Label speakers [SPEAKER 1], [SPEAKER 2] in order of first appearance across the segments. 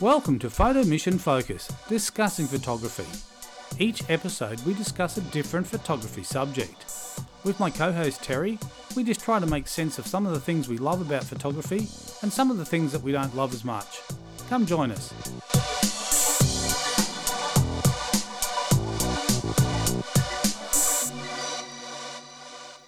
[SPEAKER 1] Welcome to Photo Mission Focus, discussing photography. Each episode, we discuss a different photography subject. With my co host Terry, we just try to make sense of some of the things we love about photography and some of the things that we don't love as much. Come join us.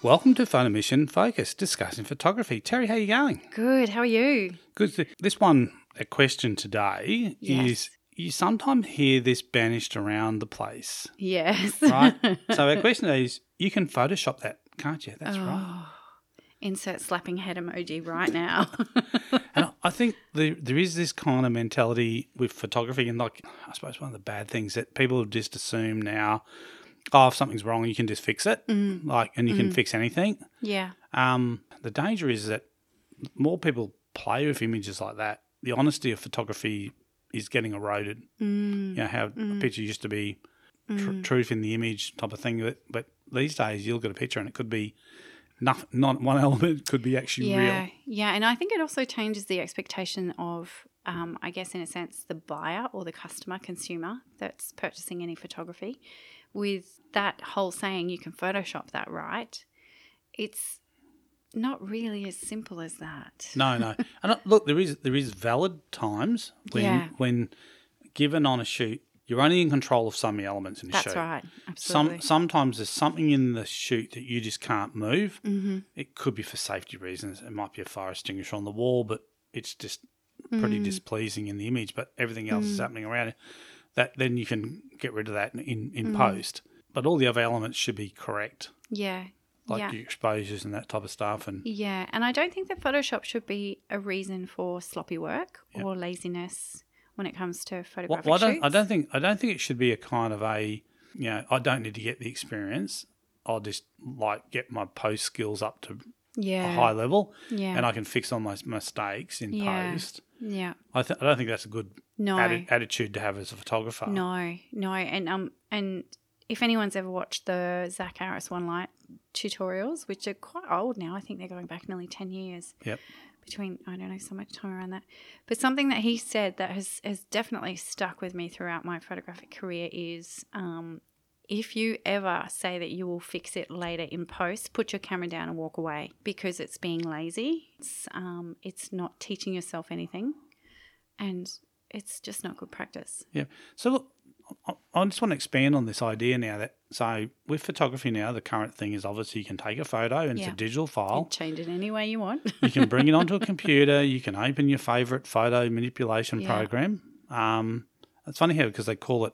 [SPEAKER 1] Welcome to Photo Mission Focus, discussing photography. Terry, how are you going?
[SPEAKER 2] Good. How are you?
[SPEAKER 1] Because th- this one, a question today is
[SPEAKER 2] Yes.
[SPEAKER 1] you sometimes hear this banished around the place,
[SPEAKER 2] Yes.
[SPEAKER 1] right? so our question today is you can Photoshop that, can't you? That's right.
[SPEAKER 2] Oh, Insert slapping head emoji right now.
[SPEAKER 1] And I- I think there, there is this kind of mentality with photography, and like, I suppose one of the bad things that people have just assumed now, oh, if something's wrong, you can just fix it,
[SPEAKER 2] Mm,
[SPEAKER 1] like, and you can fix anything.
[SPEAKER 2] yeah.
[SPEAKER 1] Um, the danger is that more people play with images like that. The honesty of photography is getting eroded.
[SPEAKER 2] Mm,
[SPEAKER 1] you know how a picture used to be tr- truth in the image type of thing but, but these days you look at a picture and it could be not, not one element could be actually
[SPEAKER 2] yeah.
[SPEAKER 1] real
[SPEAKER 2] Yeah. And I think it also changes the expectation of, um, I guess, in a sense, the buyer or the customer, consumer that's purchasing any photography. With that whole saying, you can Photoshop that, right? It's not really as simple as that.
[SPEAKER 1] no no and uh, look there is there is valid times when
[SPEAKER 2] Yeah.
[SPEAKER 1] when given on a shoot you're only in control of so many elements in a
[SPEAKER 2] that's
[SPEAKER 1] shoot
[SPEAKER 2] right.
[SPEAKER 1] Some
[SPEAKER 2] Absolutely.
[SPEAKER 1] sometimes there's something in the shoot that you just can't move.
[SPEAKER 2] mm-hmm.
[SPEAKER 1] It could be for safety reasons. It might be a fire extinguisher on the wall, but it's just pretty
[SPEAKER 2] Mm.
[SPEAKER 1] displeasing in the image, but everything else is happening around it. That then you can get rid of that in in
[SPEAKER 2] Mm.
[SPEAKER 1] post. But all the other elements should be correct,
[SPEAKER 2] Yeah.
[SPEAKER 1] like
[SPEAKER 2] yeah.
[SPEAKER 1] your exposures and that type of stuff. And
[SPEAKER 2] Yeah, and I don't think that Photoshop should be a reason for sloppy work or laziness when it comes to
[SPEAKER 1] well,
[SPEAKER 2] photographic
[SPEAKER 1] I don't,
[SPEAKER 2] shoots.
[SPEAKER 1] I don't think I don't think it should be a kind of a you know I don't need to get the experience. I'll just like get my post skills up to
[SPEAKER 2] yeah,
[SPEAKER 1] a high level,
[SPEAKER 2] yeah,
[SPEAKER 1] and I can fix all my mistakes in
[SPEAKER 2] Yeah.
[SPEAKER 1] post.
[SPEAKER 2] yeah.
[SPEAKER 1] I, th- I don't think that's a good
[SPEAKER 2] No,
[SPEAKER 1] atti- attitude to have as a photographer.
[SPEAKER 2] no, no, and um, and if anyone's ever watched the Zach Harris One Light tutorials, which are quite old now, I think they're going back nearly ten years.
[SPEAKER 1] Yep.
[SPEAKER 2] Between I don't know so much time around that, but something that he said that has has definitely stuck with me throughout my photographic career is um, if you ever say that you will fix it later in post, put your camera down and walk away because it's being lazy. It's, um, it's not teaching yourself anything and it's just not good practice.
[SPEAKER 1] Yeah. So look, I- I just want to expand on this idea now that so with photography now the current thing is obviously you can take a photo and it's a
[SPEAKER 2] Yeah.
[SPEAKER 1] digital file.
[SPEAKER 2] Change it any way you want.
[SPEAKER 1] you can bring it onto a computer. You can open your favorite photo manipulation
[SPEAKER 2] Yeah.
[SPEAKER 1] program. Um, it's funny how because they call it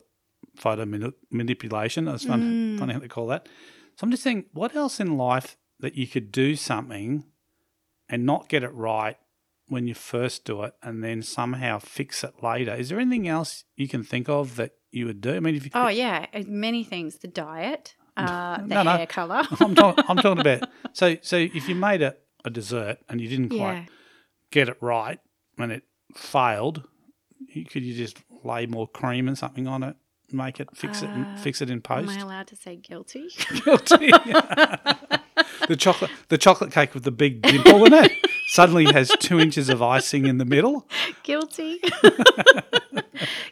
[SPEAKER 1] photo mani- manipulation. It's fun,
[SPEAKER 2] Mm.
[SPEAKER 1] funny how they call that. So I'm just thinking, what else in life that you could do something and not get it right when you first do it, and then somehow fix it later? Is there anything else you can think of that you would do? I mean, if you,
[SPEAKER 2] oh, yeah. and Many things the diet, uh, the
[SPEAKER 1] No, no.
[SPEAKER 2] hair color.
[SPEAKER 1] I'm, talk, I'm talking about so so if you made a, a dessert and you didn't quite
[SPEAKER 2] yeah.
[SPEAKER 1] get it right when it failed, you- could you just lay more cream and something on it, make it, fix it, and
[SPEAKER 2] Uh,
[SPEAKER 1] fix it in
[SPEAKER 2] Am
[SPEAKER 1] post?
[SPEAKER 2] I allowed to say guilty?
[SPEAKER 1] Guilty. the chocolate, the chocolate cake with the big dimple in it, suddenly has two inches of icing in the middle.
[SPEAKER 2] guilty.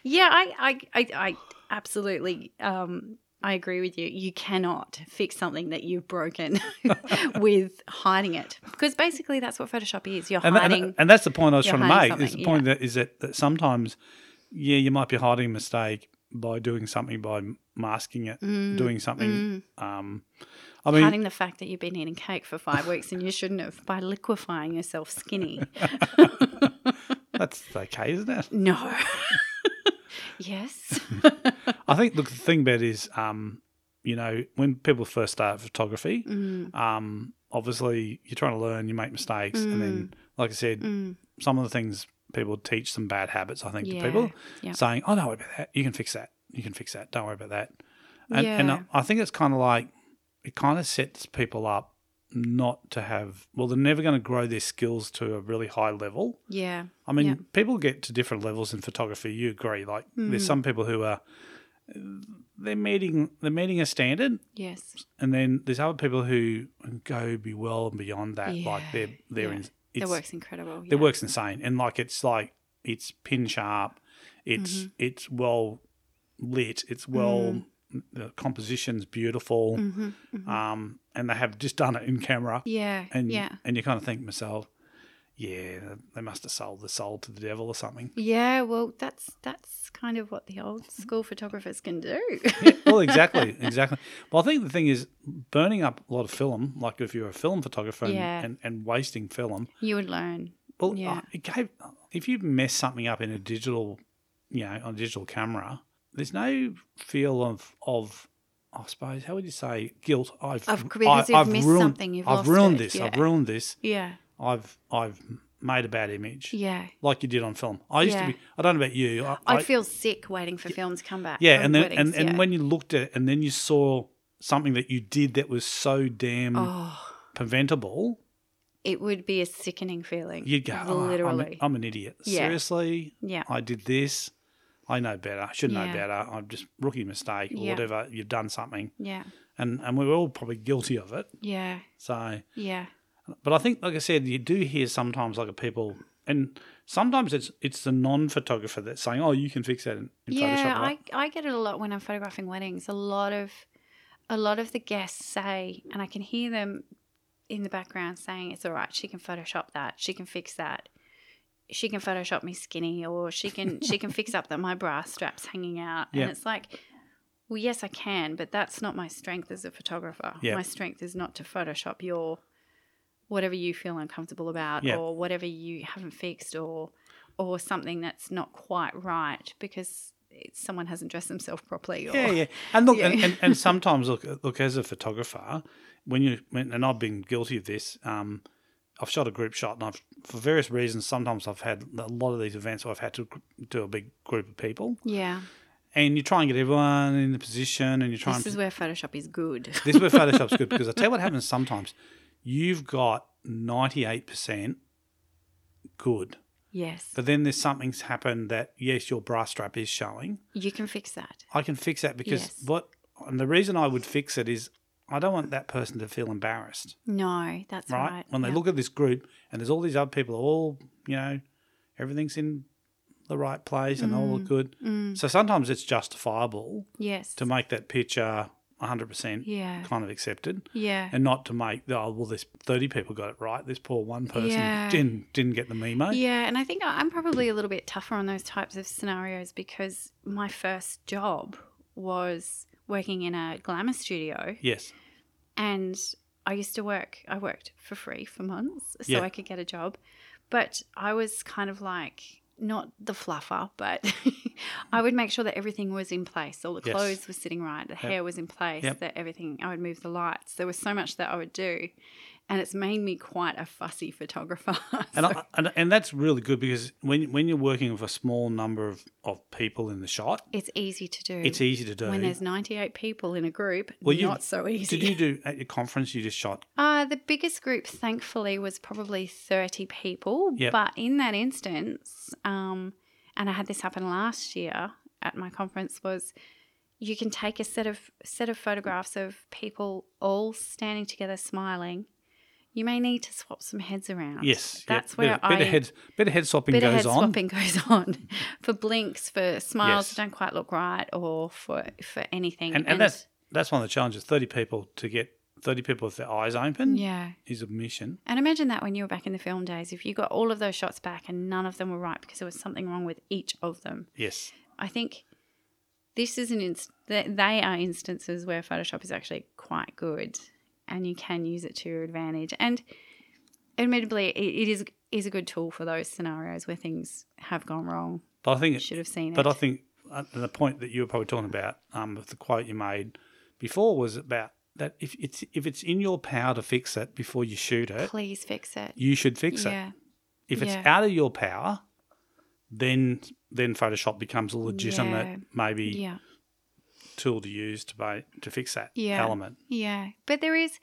[SPEAKER 2] yeah, I, I, I, I absolutely, um, I agree with you. You cannot fix something that you've broken with hiding it, because basically that's what Photoshop is. You're
[SPEAKER 1] And, tha-
[SPEAKER 2] hiding.
[SPEAKER 1] and, and that's the point I was
[SPEAKER 2] You're
[SPEAKER 1] trying to
[SPEAKER 2] hiding
[SPEAKER 1] make. Is the
[SPEAKER 2] something,
[SPEAKER 1] point that is that, that sometimes, yeah, you might be hiding a mistake by doing something by masking it, doing something. Um, mm, I mean,
[SPEAKER 2] Mm, Hiding the fact that you've been eating cake for five weeks and you shouldn't have by liquefying yourself skinny.
[SPEAKER 1] that's okay, isn't it?
[SPEAKER 2] No. yes.
[SPEAKER 1] I think look, the thing about it is, um, you know, when people first start photography,
[SPEAKER 2] Mm,
[SPEAKER 1] um, obviously you're trying to learn, you make mistakes, and
[SPEAKER 2] Mm.
[SPEAKER 1] then, like I said, some of the things people teach some bad habits. I think to
[SPEAKER 2] Yeah,
[SPEAKER 1] people
[SPEAKER 2] yeah.
[SPEAKER 1] saying, "Oh, don't worry about that. You can fix that. You can fix that. Don't worry about that." And, and I,
[SPEAKER 2] Yeah.
[SPEAKER 1] I think it's kind of like it kind of sets people up not to have. Well, they're never going to grow their skills to a really high level.
[SPEAKER 2] Yeah.
[SPEAKER 1] I mean,
[SPEAKER 2] Yeah.
[SPEAKER 1] people get to different levels in photography. You agree? Like, there's some
[SPEAKER 2] Hmm.
[SPEAKER 1] people who are they're meeting they're meeting a standard,
[SPEAKER 2] Yes.
[SPEAKER 1] and then there's other people who go be well and beyond that. Like
[SPEAKER 2] Yeah,
[SPEAKER 1] they're they're
[SPEAKER 2] yeah.
[SPEAKER 1] in it's,
[SPEAKER 2] Their work's incredible.
[SPEAKER 1] their
[SPEAKER 2] yeah.
[SPEAKER 1] work's insane, and like it's like it's pin sharp. It's
[SPEAKER 2] Mm-hmm.
[SPEAKER 1] it's well lit. It's well
[SPEAKER 2] Mm.
[SPEAKER 1] the composition's beautiful. Um, and they have just done it in camera.
[SPEAKER 2] Mm-hmm. Yeah.
[SPEAKER 1] And
[SPEAKER 2] yeah.
[SPEAKER 1] and you kind of think to myself, yeah, they must have sold the soul to the devil or something.
[SPEAKER 2] Yeah, well, that's that's kind of what the old school photographers can do.
[SPEAKER 1] well, exactly, exactly. Well, I think the thing is burning up a lot of film. Like if you're a film photographer and,
[SPEAKER 2] Yeah.
[SPEAKER 1] and, and wasting film,
[SPEAKER 2] you would learn.
[SPEAKER 1] well,
[SPEAKER 2] Yeah.
[SPEAKER 1] uh, it gave, if you mess something up in a digital, you know, on a digital camera, there's no feel of of I suppose how would you say guilt? I've
[SPEAKER 2] Of- because you've
[SPEAKER 1] I've
[SPEAKER 2] missed
[SPEAKER 1] ruined,
[SPEAKER 2] something, you've
[SPEAKER 1] I've
[SPEAKER 2] lost
[SPEAKER 1] ruined
[SPEAKER 2] it,
[SPEAKER 1] this. I've
[SPEAKER 2] yeah.
[SPEAKER 1] ruined this.
[SPEAKER 2] Yeah.
[SPEAKER 1] I've I've made a bad image.
[SPEAKER 2] Yeah.
[SPEAKER 1] Like you did on film. I used
[SPEAKER 2] Yeah.
[SPEAKER 1] to be. I don't know about you. I,
[SPEAKER 2] I, feel sick waiting for films to come back.
[SPEAKER 1] Yeah,
[SPEAKER 2] from
[SPEAKER 1] and then
[SPEAKER 2] weddings,
[SPEAKER 1] and, and
[SPEAKER 2] yeah.
[SPEAKER 1] when you looked at it and then you saw something that you did that was so damn
[SPEAKER 2] oh,
[SPEAKER 1] preventable,
[SPEAKER 2] it would be a sickening feeling.
[SPEAKER 1] you'd go, "Oh, I'm a-
[SPEAKER 2] literally.
[SPEAKER 1] I'm, an idiot.
[SPEAKER 2] Yeah.
[SPEAKER 1] Seriously,
[SPEAKER 2] yeah.
[SPEAKER 1] I did this. I know better. I should know
[SPEAKER 2] Yeah.
[SPEAKER 1] better. I'm just rookie mistake or
[SPEAKER 2] Yeah.
[SPEAKER 1] whatever. You've done something,
[SPEAKER 2] Yeah.
[SPEAKER 1] and and we were all probably guilty of it.
[SPEAKER 2] Yeah.
[SPEAKER 1] So,
[SPEAKER 2] Yeah.
[SPEAKER 1] but I think, like I said, you do hear sometimes like people, and sometimes it's it's the non-photographer that's saying, "Oh, you can fix that in, in
[SPEAKER 2] yeah,
[SPEAKER 1] Photoshop."
[SPEAKER 2] I,
[SPEAKER 1] right?"
[SPEAKER 2] I get it a lot when I'm photographing weddings. A lot of a lot of the guests say, and I can hear them in the background saying, "It's all right. She can Photoshop that. She can fix that. She can Photoshop me skinny, or she can she can fix up that my bra straps hanging out."
[SPEAKER 1] Yeah.
[SPEAKER 2] And it's like, well, yes, I can, but that's not my strength as a photographer.
[SPEAKER 1] Yeah.
[SPEAKER 2] My strength is not to Photoshop your whatever you feel uncomfortable about,
[SPEAKER 1] Yeah.
[SPEAKER 2] or whatever you haven't fixed, or or something that's not quite right because it, someone hasn't dressed themselves properly. Or,
[SPEAKER 1] Yeah, yeah. And look,
[SPEAKER 2] Yeah.
[SPEAKER 1] and, and, and sometimes look, look as a photographer, when you when, and I've been guilty of this. Um, I've shot a group shot, and I've for various reasons. Sometimes I've had a lot of these events where I've had to gr- do a big group of people,
[SPEAKER 2] Yeah.
[SPEAKER 1] and you try and get everyone in the position, and you try
[SPEAKER 2] This
[SPEAKER 1] and
[SPEAKER 2] is where Photoshop is good.
[SPEAKER 1] this is where Photoshop's good because I tell you what happens sometimes. You've got ninety eight percent good,
[SPEAKER 2] yes.
[SPEAKER 1] but then there's something's happened that yes, your bra strap is showing,
[SPEAKER 2] You can fix that.
[SPEAKER 1] I can fix that because
[SPEAKER 2] Yes.
[SPEAKER 1] what and the reason I would fix it is I don't want that person to feel embarrassed,
[SPEAKER 2] No, that's
[SPEAKER 1] right?
[SPEAKER 2] right.
[SPEAKER 1] When they
[SPEAKER 2] Yep.
[SPEAKER 1] look at this group and there's all these other people, all you know, everything's in the right place and all look good.
[SPEAKER 2] Mm,
[SPEAKER 1] So sometimes it's justifiable
[SPEAKER 2] yes.
[SPEAKER 1] to make that picture 100%
[SPEAKER 2] yeah.
[SPEAKER 1] kind of accepted,
[SPEAKER 2] Yeah.
[SPEAKER 1] and not to make oh well, this 30 people got it right, this poor one person
[SPEAKER 2] Yeah.
[SPEAKER 1] didn't didn't get the memo.
[SPEAKER 2] Yeah, and I think I- I'm probably a little bit tougher on those types of scenarios because my first job was working in a glamour studio
[SPEAKER 1] Yes,
[SPEAKER 2] and I used to work. I worked for free for months so
[SPEAKER 1] Yeah.
[SPEAKER 2] I could get a job, but I was kind of like not the fluffer, but I would make sure that everything was in place. All the
[SPEAKER 1] Yes.
[SPEAKER 2] clothes were sitting right, the hair was in place,
[SPEAKER 1] Yep.
[SPEAKER 2] that everything. I would move the lights. There was so much that I would do, and it's made me quite a fussy photographer.
[SPEAKER 1] And,
[SPEAKER 2] So-
[SPEAKER 1] I, and and that's really good because when when you're working with a small number of, of people in the shot,
[SPEAKER 2] It's easy to do.
[SPEAKER 1] it's easy to do.
[SPEAKER 2] when there's 98 people in a group.
[SPEAKER 1] Well, you-
[SPEAKER 2] not so easy.
[SPEAKER 1] Did you do at your conference? You just shot.
[SPEAKER 2] uh, the biggest group, thankfully, was probably 30 people.
[SPEAKER 1] Yep.
[SPEAKER 2] But in that instance, um, and I had this happen last year at my conference, was you can take a set of set of photographs of people all standing together smiling. You may need to swap some heads around.
[SPEAKER 1] Yes, yep.
[SPEAKER 2] that's where
[SPEAKER 1] bit, of- bit
[SPEAKER 2] I
[SPEAKER 1] of head bit of head swapping
[SPEAKER 2] bit
[SPEAKER 1] goes
[SPEAKER 2] of head
[SPEAKER 1] on.
[SPEAKER 2] swapping goes on for blinks, for smiles
[SPEAKER 1] Yes.
[SPEAKER 2] that don't quite look right, or for for anything.
[SPEAKER 1] And, and that's that's one of the challenges. Thirty people to get thirty people with their eyes open
[SPEAKER 2] yeah.
[SPEAKER 1] is a mission.
[SPEAKER 2] And imagine that when you were back in the film days, if you got all of those shots back and none of them were right because there was something wrong with each of them.
[SPEAKER 1] Yes,
[SPEAKER 2] I think this is an inst- th- they are instances where Photoshop is actually quite good, and you can use it to your advantage. And admittedly, it, it is is a good tool for those scenarios where things have gone wrong.
[SPEAKER 1] but I think
[SPEAKER 2] You
[SPEAKER 1] it,
[SPEAKER 2] should have seen it.
[SPEAKER 1] but I think uh, the point that you were probably talking about um, with the quote you made before was about that if it's if it's in your power to fix it before you shoot it,
[SPEAKER 2] Please fix it.
[SPEAKER 1] you should fix it.
[SPEAKER 2] yeah.
[SPEAKER 1] If it's
[SPEAKER 2] Yeah.
[SPEAKER 1] out of your power, then then Photoshop becomes a legitimate
[SPEAKER 2] Yeah.
[SPEAKER 1] maybe
[SPEAKER 2] Yeah.
[SPEAKER 1] tool to use to buy, to fix that
[SPEAKER 2] Yeah.
[SPEAKER 1] element.
[SPEAKER 2] Yeah. But there is,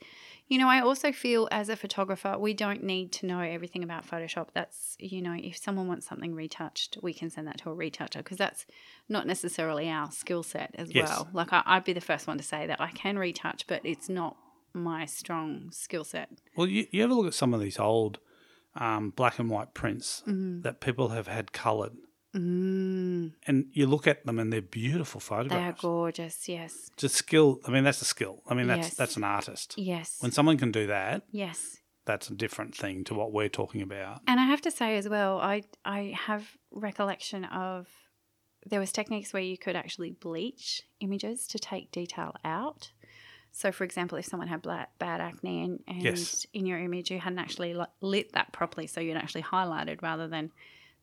[SPEAKER 2] you know, I also feel as a photographer, we don't need to know everything about Photoshop. That's, you know, if someone wants something retouched, we can send that to a retoucher because that's not necessarily our skill set as
[SPEAKER 1] Yes.
[SPEAKER 2] well. Like, I, I'd be the first one to say that I can retouch, but it's not my strong skill set.
[SPEAKER 1] Well, you, you ever
[SPEAKER 2] Mm-hmm.
[SPEAKER 1] look at some of these old um, black and white prints that people have had coloured,
[SPEAKER 2] Mm,
[SPEAKER 1] and you look at them and they're beautiful
[SPEAKER 2] they are
[SPEAKER 1] photographs.
[SPEAKER 2] gorgeous. Yes.
[SPEAKER 1] It's a skill. I mean, that's a skill. I mean, that's
[SPEAKER 2] Yes.
[SPEAKER 1] that's an artist.
[SPEAKER 2] Yes.
[SPEAKER 1] When someone can do that,
[SPEAKER 2] yes.
[SPEAKER 1] that's a different thing to what we're talking about.
[SPEAKER 2] And I have to say as well, I I have recollection of there was techniques where you could actually bleach images to take detail out. So, for example, if someone had bla bad acne and, and
[SPEAKER 1] Yes.
[SPEAKER 2] in your image you hadn't actually li- lit that properly, so you'd actually highlighted rather than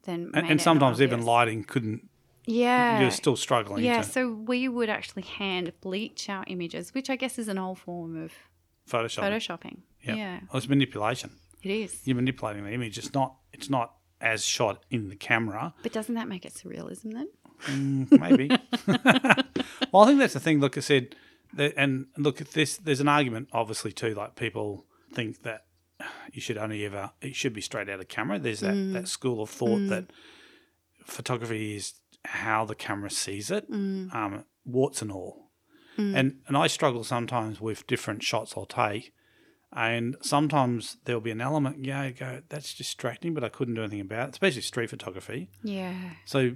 [SPEAKER 2] than
[SPEAKER 1] And,
[SPEAKER 2] made
[SPEAKER 1] and
[SPEAKER 2] it
[SPEAKER 1] sometimes even
[SPEAKER 2] obvious.
[SPEAKER 1] lighting couldn't.
[SPEAKER 2] yeah
[SPEAKER 1] You're still struggling.
[SPEAKER 2] yeah.
[SPEAKER 1] To
[SPEAKER 2] So we would actually hand bleach our images, which I guess is an old form of
[SPEAKER 1] Photoshop.
[SPEAKER 2] photoshopping.
[SPEAKER 1] Yeah.
[SPEAKER 2] Yeah,
[SPEAKER 1] Well, it's manipulation.
[SPEAKER 2] it is.
[SPEAKER 1] You're manipulating the image. It's not. It's not as shot in the camera.
[SPEAKER 2] But doesn't that make it surrealism then?
[SPEAKER 1] Mm, maybe. well, I think that's the thing. Look, I said, that, and look, this there's an argument, obviously, too. Like people think that you should only ever it should be straight out of camera. There's that, that school of thought that photography is how the camera sees it, um, warts and all. And and I struggle sometimes with different shots I'll take. And sometimes there'll be an element, yeah, I go, that's distracting, but I couldn't do anything about it, especially street photography.
[SPEAKER 2] Yeah.
[SPEAKER 1] So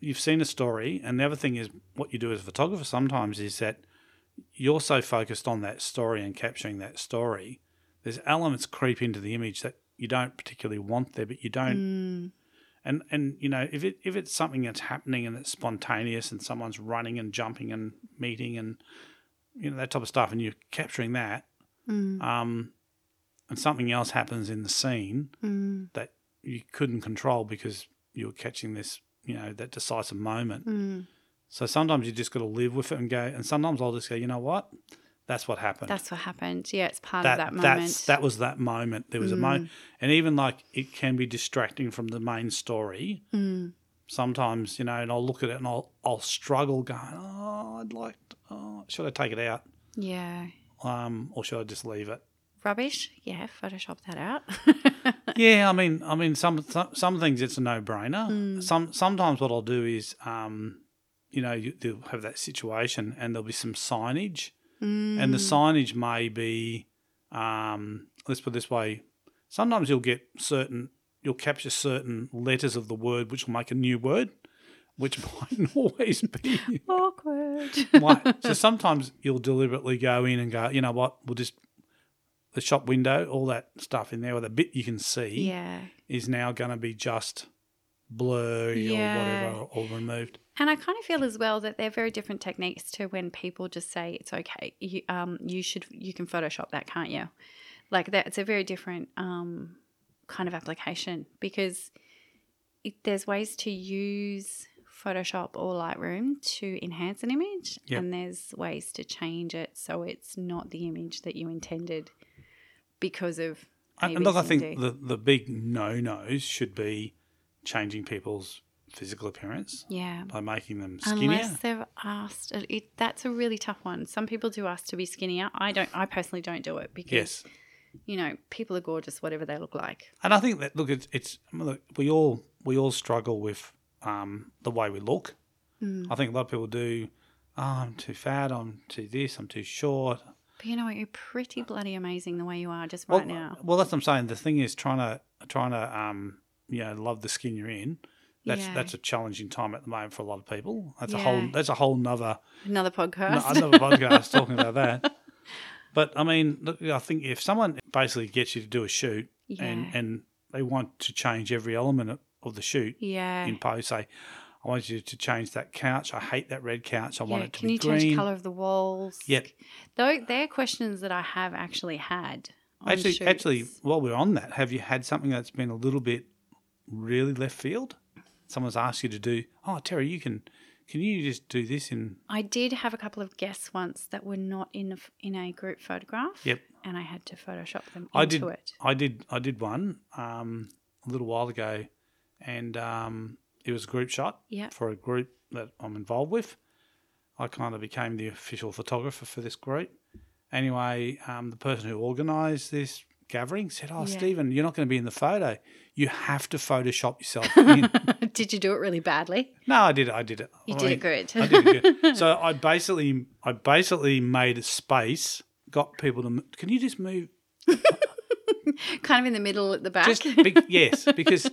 [SPEAKER 1] you've seen a story, and the other thing is what you do as a photographer sometimes is that you're so focused on that story and capturing that story. There's elements creep into the image that you don't particularly want there, but you don't.
[SPEAKER 2] Mm.
[SPEAKER 1] And and you know if it if it's something that's happening and it's spontaneous and someone's running and jumping and meeting and you know that type of stuff, and you're capturing that,
[SPEAKER 2] Mm.
[SPEAKER 1] um, and something else happens in the scene,
[SPEAKER 2] Mm.
[SPEAKER 1] that you couldn't control because you were catching this, you know, that decisive moment.
[SPEAKER 2] Mm.
[SPEAKER 1] So sometimes you just got to live with it and go. And sometimes I'll just go, you know what? That's what happened.
[SPEAKER 2] That's what happened. Yeah, it's part
[SPEAKER 1] that,
[SPEAKER 2] of that moment. Mm.
[SPEAKER 1] That's that was that moment. There was a moment, and even like it can be distracting from the main story.
[SPEAKER 2] Mm.
[SPEAKER 1] Sometimes you know, and I'll look at it and I'll I'll struggle going, oh, I'd like, to, oh, should I take it out,
[SPEAKER 2] Yeah.
[SPEAKER 1] um, or should I just leave it?
[SPEAKER 2] Rubbish. Yeah, Photoshop that out.
[SPEAKER 1] Yeah, I mean, I mean, some some, some things it's a no brainer. Some sometimes what I'll do is, um, you know, you, you'll have that situation and there'll be some signage, and the signage may be, um, let's put it this way, sometimes you'll get certain, you'll capture certain letters of the word which will make a new word, which might always be.
[SPEAKER 2] Awkward.
[SPEAKER 1] might. So sometimes you'll deliberately go in and go, you know what, we'll just. The shop window, all that stuff in there, with a bit you can see,
[SPEAKER 2] yeah.
[SPEAKER 1] is now going to be just blurry
[SPEAKER 2] Yeah.
[SPEAKER 1] or whatever or removed.
[SPEAKER 2] And I kind of feel as well that they're very different techniques to when people just say it's okay. You um you should you can Photoshop that, can't you? Like that, it's a very different um kind of application because it, there's ways to use Photoshop or Lightroom to enhance an image,
[SPEAKER 1] Yep.
[SPEAKER 2] and there's ways to change it so it's not the image that you intended because of. A,
[SPEAKER 1] And
[SPEAKER 2] B,
[SPEAKER 1] and look, I
[SPEAKER 2] C, D.
[SPEAKER 1] think the, the big no nos should be changing people's physical appearance
[SPEAKER 2] yeah.
[SPEAKER 1] by making them skinnier.
[SPEAKER 2] Unless they've asked, it, it, that's a really tough one. Some people do ask to be skinnier. I don't. I personally don't do it because
[SPEAKER 1] yes.
[SPEAKER 2] you know people are gorgeous, whatever they look like.
[SPEAKER 1] And I think that look, it's, it's I mean, look, we all we all struggle with um, the way we look.
[SPEAKER 2] Mm.
[SPEAKER 1] I think a lot of people do. Oh, I'm too fat. I'm too this. I'm too short.
[SPEAKER 2] But you know what? You're pretty bloody amazing the way you are just
[SPEAKER 1] Well, uh,
[SPEAKER 2] right now.
[SPEAKER 1] well, that's what I'm saying. The thing is trying to trying to um, you know love the skin you're in. That's
[SPEAKER 2] Yeah.
[SPEAKER 1] that's a challenging time at the moment for a lot of people. That's a whole
[SPEAKER 2] Yeah.
[SPEAKER 1] that's a whole nother
[SPEAKER 2] Another podcast.
[SPEAKER 1] another podcast talking about that. But I mean, look, I think if someone basically gets you to do a shoot and
[SPEAKER 2] Yeah.
[SPEAKER 1] and they want to change every element of- of the shoot
[SPEAKER 2] yeah.
[SPEAKER 1] in post, say, I want you to change that couch. I hate that red couch. I want
[SPEAKER 2] yeah.
[SPEAKER 1] it to
[SPEAKER 2] Can
[SPEAKER 1] be
[SPEAKER 2] you
[SPEAKER 1] green.
[SPEAKER 2] change the color of the walls?
[SPEAKER 1] Yep.
[SPEAKER 2] Though they're questions that I have actually had. on
[SPEAKER 1] Actually,
[SPEAKER 2] shoots.
[SPEAKER 1] actually, while we're on that, have you had something that's been a little bit really left field? Someone's asked you to do. Oh, Terry, you can. Can you just do this in?
[SPEAKER 2] I did have a couple of guests once that were not in a, f- in a group photograph.
[SPEAKER 1] Yep.
[SPEAKER 2] And I had to Photoshop them into
[SPEAKER 1] I did.
[SPEAKER 2] it.
[SPEAKER 1] I did. I did one um, a little while ago, and um, it was a group shot
[SPEAKER 2] Yep.
[SPEAKER 1] for a group that I'm involved with. I kind of became the official photographer for this group. Anyway, um, the person who organised this gathering said, "Oh,
[SPEAKER 2] Yeah.
[SPEAKER 1] Stephen, you're not going to be in the photo. You have to Photoshop yourself in."
[SPEAKER 2] did you do it really badly?
[SPEAKER 1] No, I did. it. I did it.
[SPEAKER 2] You
[SPEAKER 1] I
[SPEAKER 2] did
[SPEAKER 1] mean,
[SPEAKER 2] it good.
[SPEAKER 1] I did it good. so I basically, I basically made a space, got people to. m- Can you just move?
[SPEAKER 2] kind of in the middle at the back.
[SPEAKER 1] Just be, yes, because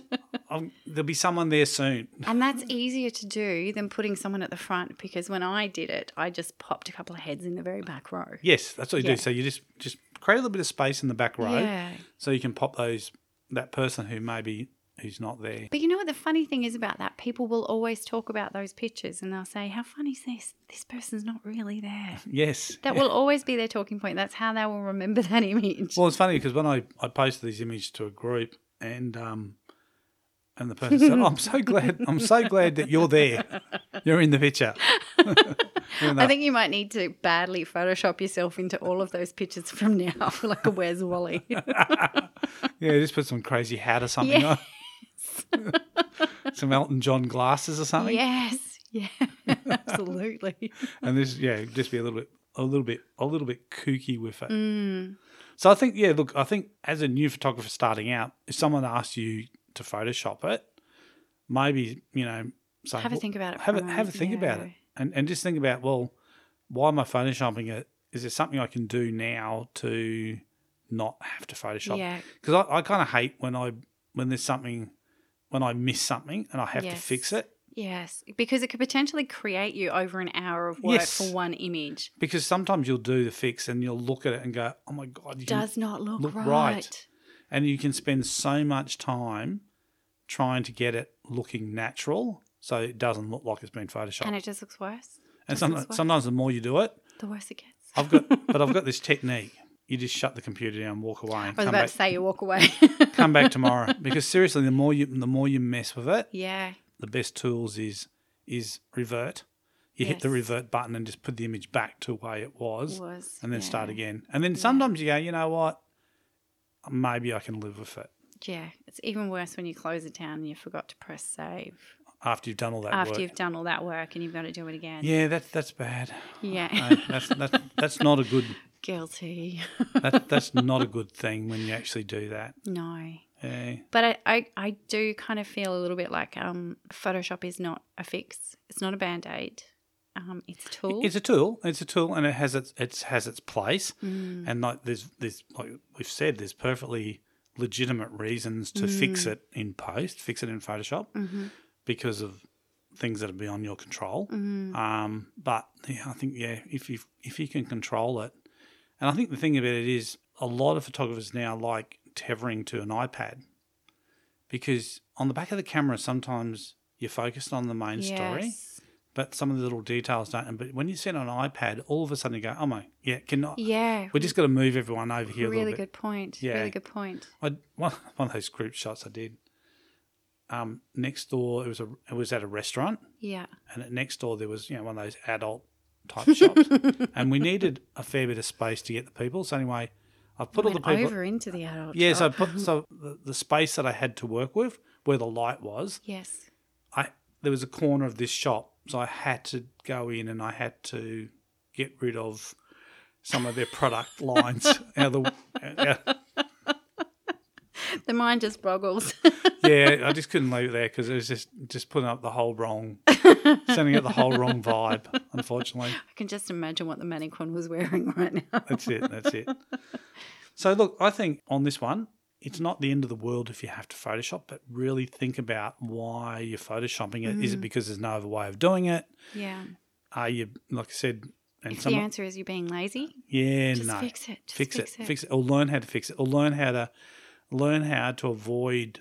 [SPEAKER 1] I'm, there'll be someone there soon.
[SPEAKER 2] And that's easier to do than putting someone at the front because when I did it, I just popped a couple of heads in the very back row.
[SPEAKER 1] Yes, that's what you
[SPEAKER 2] Yeah.
[SPEAKER 1] do. So you just just create a little bit of space in the back row,
[SPEAKER 2] Yeah.
[SPEAKER 1] so you can pop those that person who maybe who's not there.
[SPEAKER 2] But you know what the funny thing is about that? People will always talk about those pictures and they'll say, How funny is this? This person's not really there.
[SPEAKER 1] Yes,
[SPEAKER 2] That
[SPEAKER 1] yeah.
[SPEAKER 2] will always be their talking point. That's how they will remember that image.
[SPEAKER 1] Well, it's funny because when I, I posted these images to a group and um and the person said, oh, "I'm so glad, I'm so glad that you're there, you're in the picture." You're in
[SPEAKER 2] I
[SPEAKER 1] the-
[SPEAKER 2] think you might need to badly Photoshop yourself into all of those pictures from now, like a Where's Wally?
[SPEAKER 1] yeah, just put some crazy hat or something
[SPEAKER 2] Yes.
[SPEAKER 1] on, some Elton John glasses or something,
[SPEAKER 2] yes. Yeah. Absolutely.
[SPEAKER 1] and this yeah, just be a little bit, a little bit, a little bit kooky with it.
[SPEAKER 2] Mm.
[SPEAKER 1] So I think yeah, look, I think as a new photographer starting out, if someone asks you to Photoshop it, maybe you know, say,
[SPEAKER 2] Have a
[SPEAKER 1] "Well,
[SPEAKER 2] think about it. for
[SPEAKER 1] have a,
[SPEAKER 2] moment.
[SPEAKER 1] have a think about
[SPEAKER 2] Yeah.
[SPEAKER 1] it and, and just think about well why am i photoshopping it is there something i can do now to not have to photoshop
[SPEAKER 2] Yeah.
[SPEAKER 1] because i, I kind of hate when i when there's something when i miss something and i have to fix
[SPEAKER 2] Yes.
[SPEAKER 1] it
[SPEAKER 2] Yes. Because it could potentially create you over an hour of work
[SPEAKER 1] Yes.
[SPEAKER 2] for one image.
[SPEAKER 1] because sometimes you'll do the fix and you'll look at it and go oh my god you can-"
[SPEAKER 2] Does not look,
[SPEAKER 1] look right.
[SPEAKER 2] right.
[SPEAKER 1] and you can spend so much time trying to get it looking natural so it doesn't look like it's been photoshopped
[SPEAKER 2] And
[SPEAKER 1] and,
[SPEAKER 2] it just looks worse.
[SPEAKER 1] and
[SPEAKER 2] doesn't
[SPEAKER 1] sometimes,
[SPEAKER 2] work.
[SPEAKER 1] sometimes the more you do it
[SPEAKER 2] The worse it gets.
[SPEAKER 1] I've got, but I've got this technique. You just shut the computer down, walk away, and
[SPEAKER 2] I was
[SPEAKER 1] come
[SPEAKER 2] about
[SPEAKER 1] back.
[SPEAKER 2] to say you walk away.
[SPEAKER 1] Come back tomorrow because seriously, the more you the more you mess with it,
[SPEAKER 2] yeah.
[SPEAKER 1] the best tools is is revert. You hit the
[SPEAKER 2] Yes.
[SPEAKER 1] revert button and just put the image back to the way it was,
[SPEAKER 2] Was.
[SPEAKER 1] and then
[SPEAKER 2] yeah.
[SPEAKER 1] start again. And then sometimes you go, you know what? Maybe I can live with it
[SPEAKER 2] Yeah. It's even worse when you close it down and you forgot to press save
[SPEAKER 1] after you've done all that
[SPEAKER 2] after
[SPEAKER 1] work.
[SPEAKER 2] you've done all that work and you've got to do it again.
[SPEAKER 1] Yeah, that's that's bad.
[SPEAKER 2] Yeah.
[SPEAKER 1] No, that's, that's that's not a good
[SPEAKER 2] Guilty.
[SPEAKER 1] that, that's not a good thing when you actually do that.
[SPEAKER 2] no.
[SPEAKER 1] Yeah.
[SPEAKER 2] But I, I, I do kind of feel a little bit like um, Photoshop is not a fix. It's not a band aid. Um, it's a tool.
[SPEAKER 1] It's a tool. It's a tool, and it has its it has its place.
[SPEAKER 2] Mm.
[SPEAKER 1] And like there's there's like we've said, there's perfectly legitimate reasons to
[SPEAKER 2] Mm.
[SPEAKER 1] fix it in post, fix it in Photoshop,
[SPEAKER 2] Mm-hmm.
[SPEAKER 1] because of things that are beyond your control.
[SPEAKER 2] Mm-hmm.
[SPEAKER 1] Um, but yeah, I think yeah, if you if you can control it, and I think the thing about it is a lot of photographers now like tethering to an iPad because on the back of the camera sometimes you're focused on the main story
[SPEAKER 2] Yes.
[SPEAKER 1] but some of the little details don't. But when you sit on an iPad, all of a sudden you go, "Oh my, yeah, cannot."
[SPEAKER 2] Yeah.
[SPEAKER 1] We just got to move everyone over here a
[SPEAKER 2] really
[SPEAKER 1] little bit.
[SPEAKER 2] good point.
[SPEAKER 1] Yeah.
[SPEAKER 2] Really good point.
[SPEAKER 1] I, one, one of those group shots I did. Um, next door, it was a it was at a restaurant,
[SPEAKER 2] Yeah.
[SPEAKER 1] and at next door there was you know one of those adult type shops, and we needed a fair bit of space to get the people. So anyway, I put all the
[SPEAKER 2] Went
[SPEAKER 1] people.
[SPEAKER 2] over into the adult.
[SPEAKER 1] yeah, so I
[SPEAKER 2] shop.
[SPEAKER 1] put so the, the space that I had to work with, where the light was,
[SPEAKER 2] Yes.
[SPEAKER 1] I there was a corner of this shop, so I had to go in and I had to get rid of some of their product lines. out of the, out-
[SPEAKER 2] The mind just boggles.
[SPEAKER 1] yeah, I just couldn't leave it there because it was just just putting up the whole wrong, sending out the whole wrong vibe. Unfortunately,
[SPEAKER 2] I can just imagine what the mannequin was wearing right now.
[SPEAKER 1] that's it. That's it. So look, I think on this one, it's not the end of the world if you have to Photoshop, but really think about why you're photoshopping it. Is
[SPEAKER 2] Mm.
[SPEAKER 1] it because there's no other way of doing it?
[SPEAKER 2] Yeah.
[SPEAKER 1] Are you like I said? And
[SPEAKER 2] If
[SPEAKER 1] some,
[SPEAKER 2] the answer is you're being lazy,
[SPEAKER 1] yeah,
[SPEAKER 2] just
[SPEAKER 1] no.
[SPEAKER 2] fix it. Just
[SPEAKER 1] fix, it, fix it, or learn how to fix it, or learn how to learn how to avoid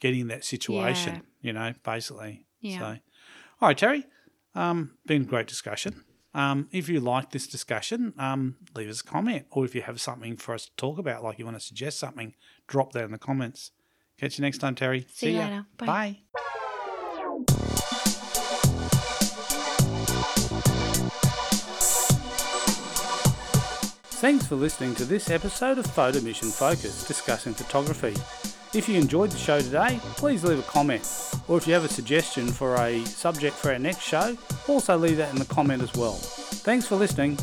[SPEAKER 1] getting in that situation.
[SPEAKER 2] Yeah.
[SPEAKER 1] You know, basically.
[SPEAKER 2] Yeah.
[SPEAKER 1] So, all right, Terry. Um, been a great discussion. Um, if you like this discussion, um, leave us a comment, or if you have something for us to talk about, like you want to suggest something, drop that in the comments. Catch you next time, Terry.
[SPEAKER 2] See you
[SPEAKER 1] ya.
[SPEAKER 2] later. Bye.
[SPEAKER 1] Bye. Thanks for listening to this episode of Photo Mission Focus discussing photography. If you enjoyed the show today, please leave a comment. Or if you have a suggestion for a subject for our next show, also leave that in the comment as well. Thanks for listening.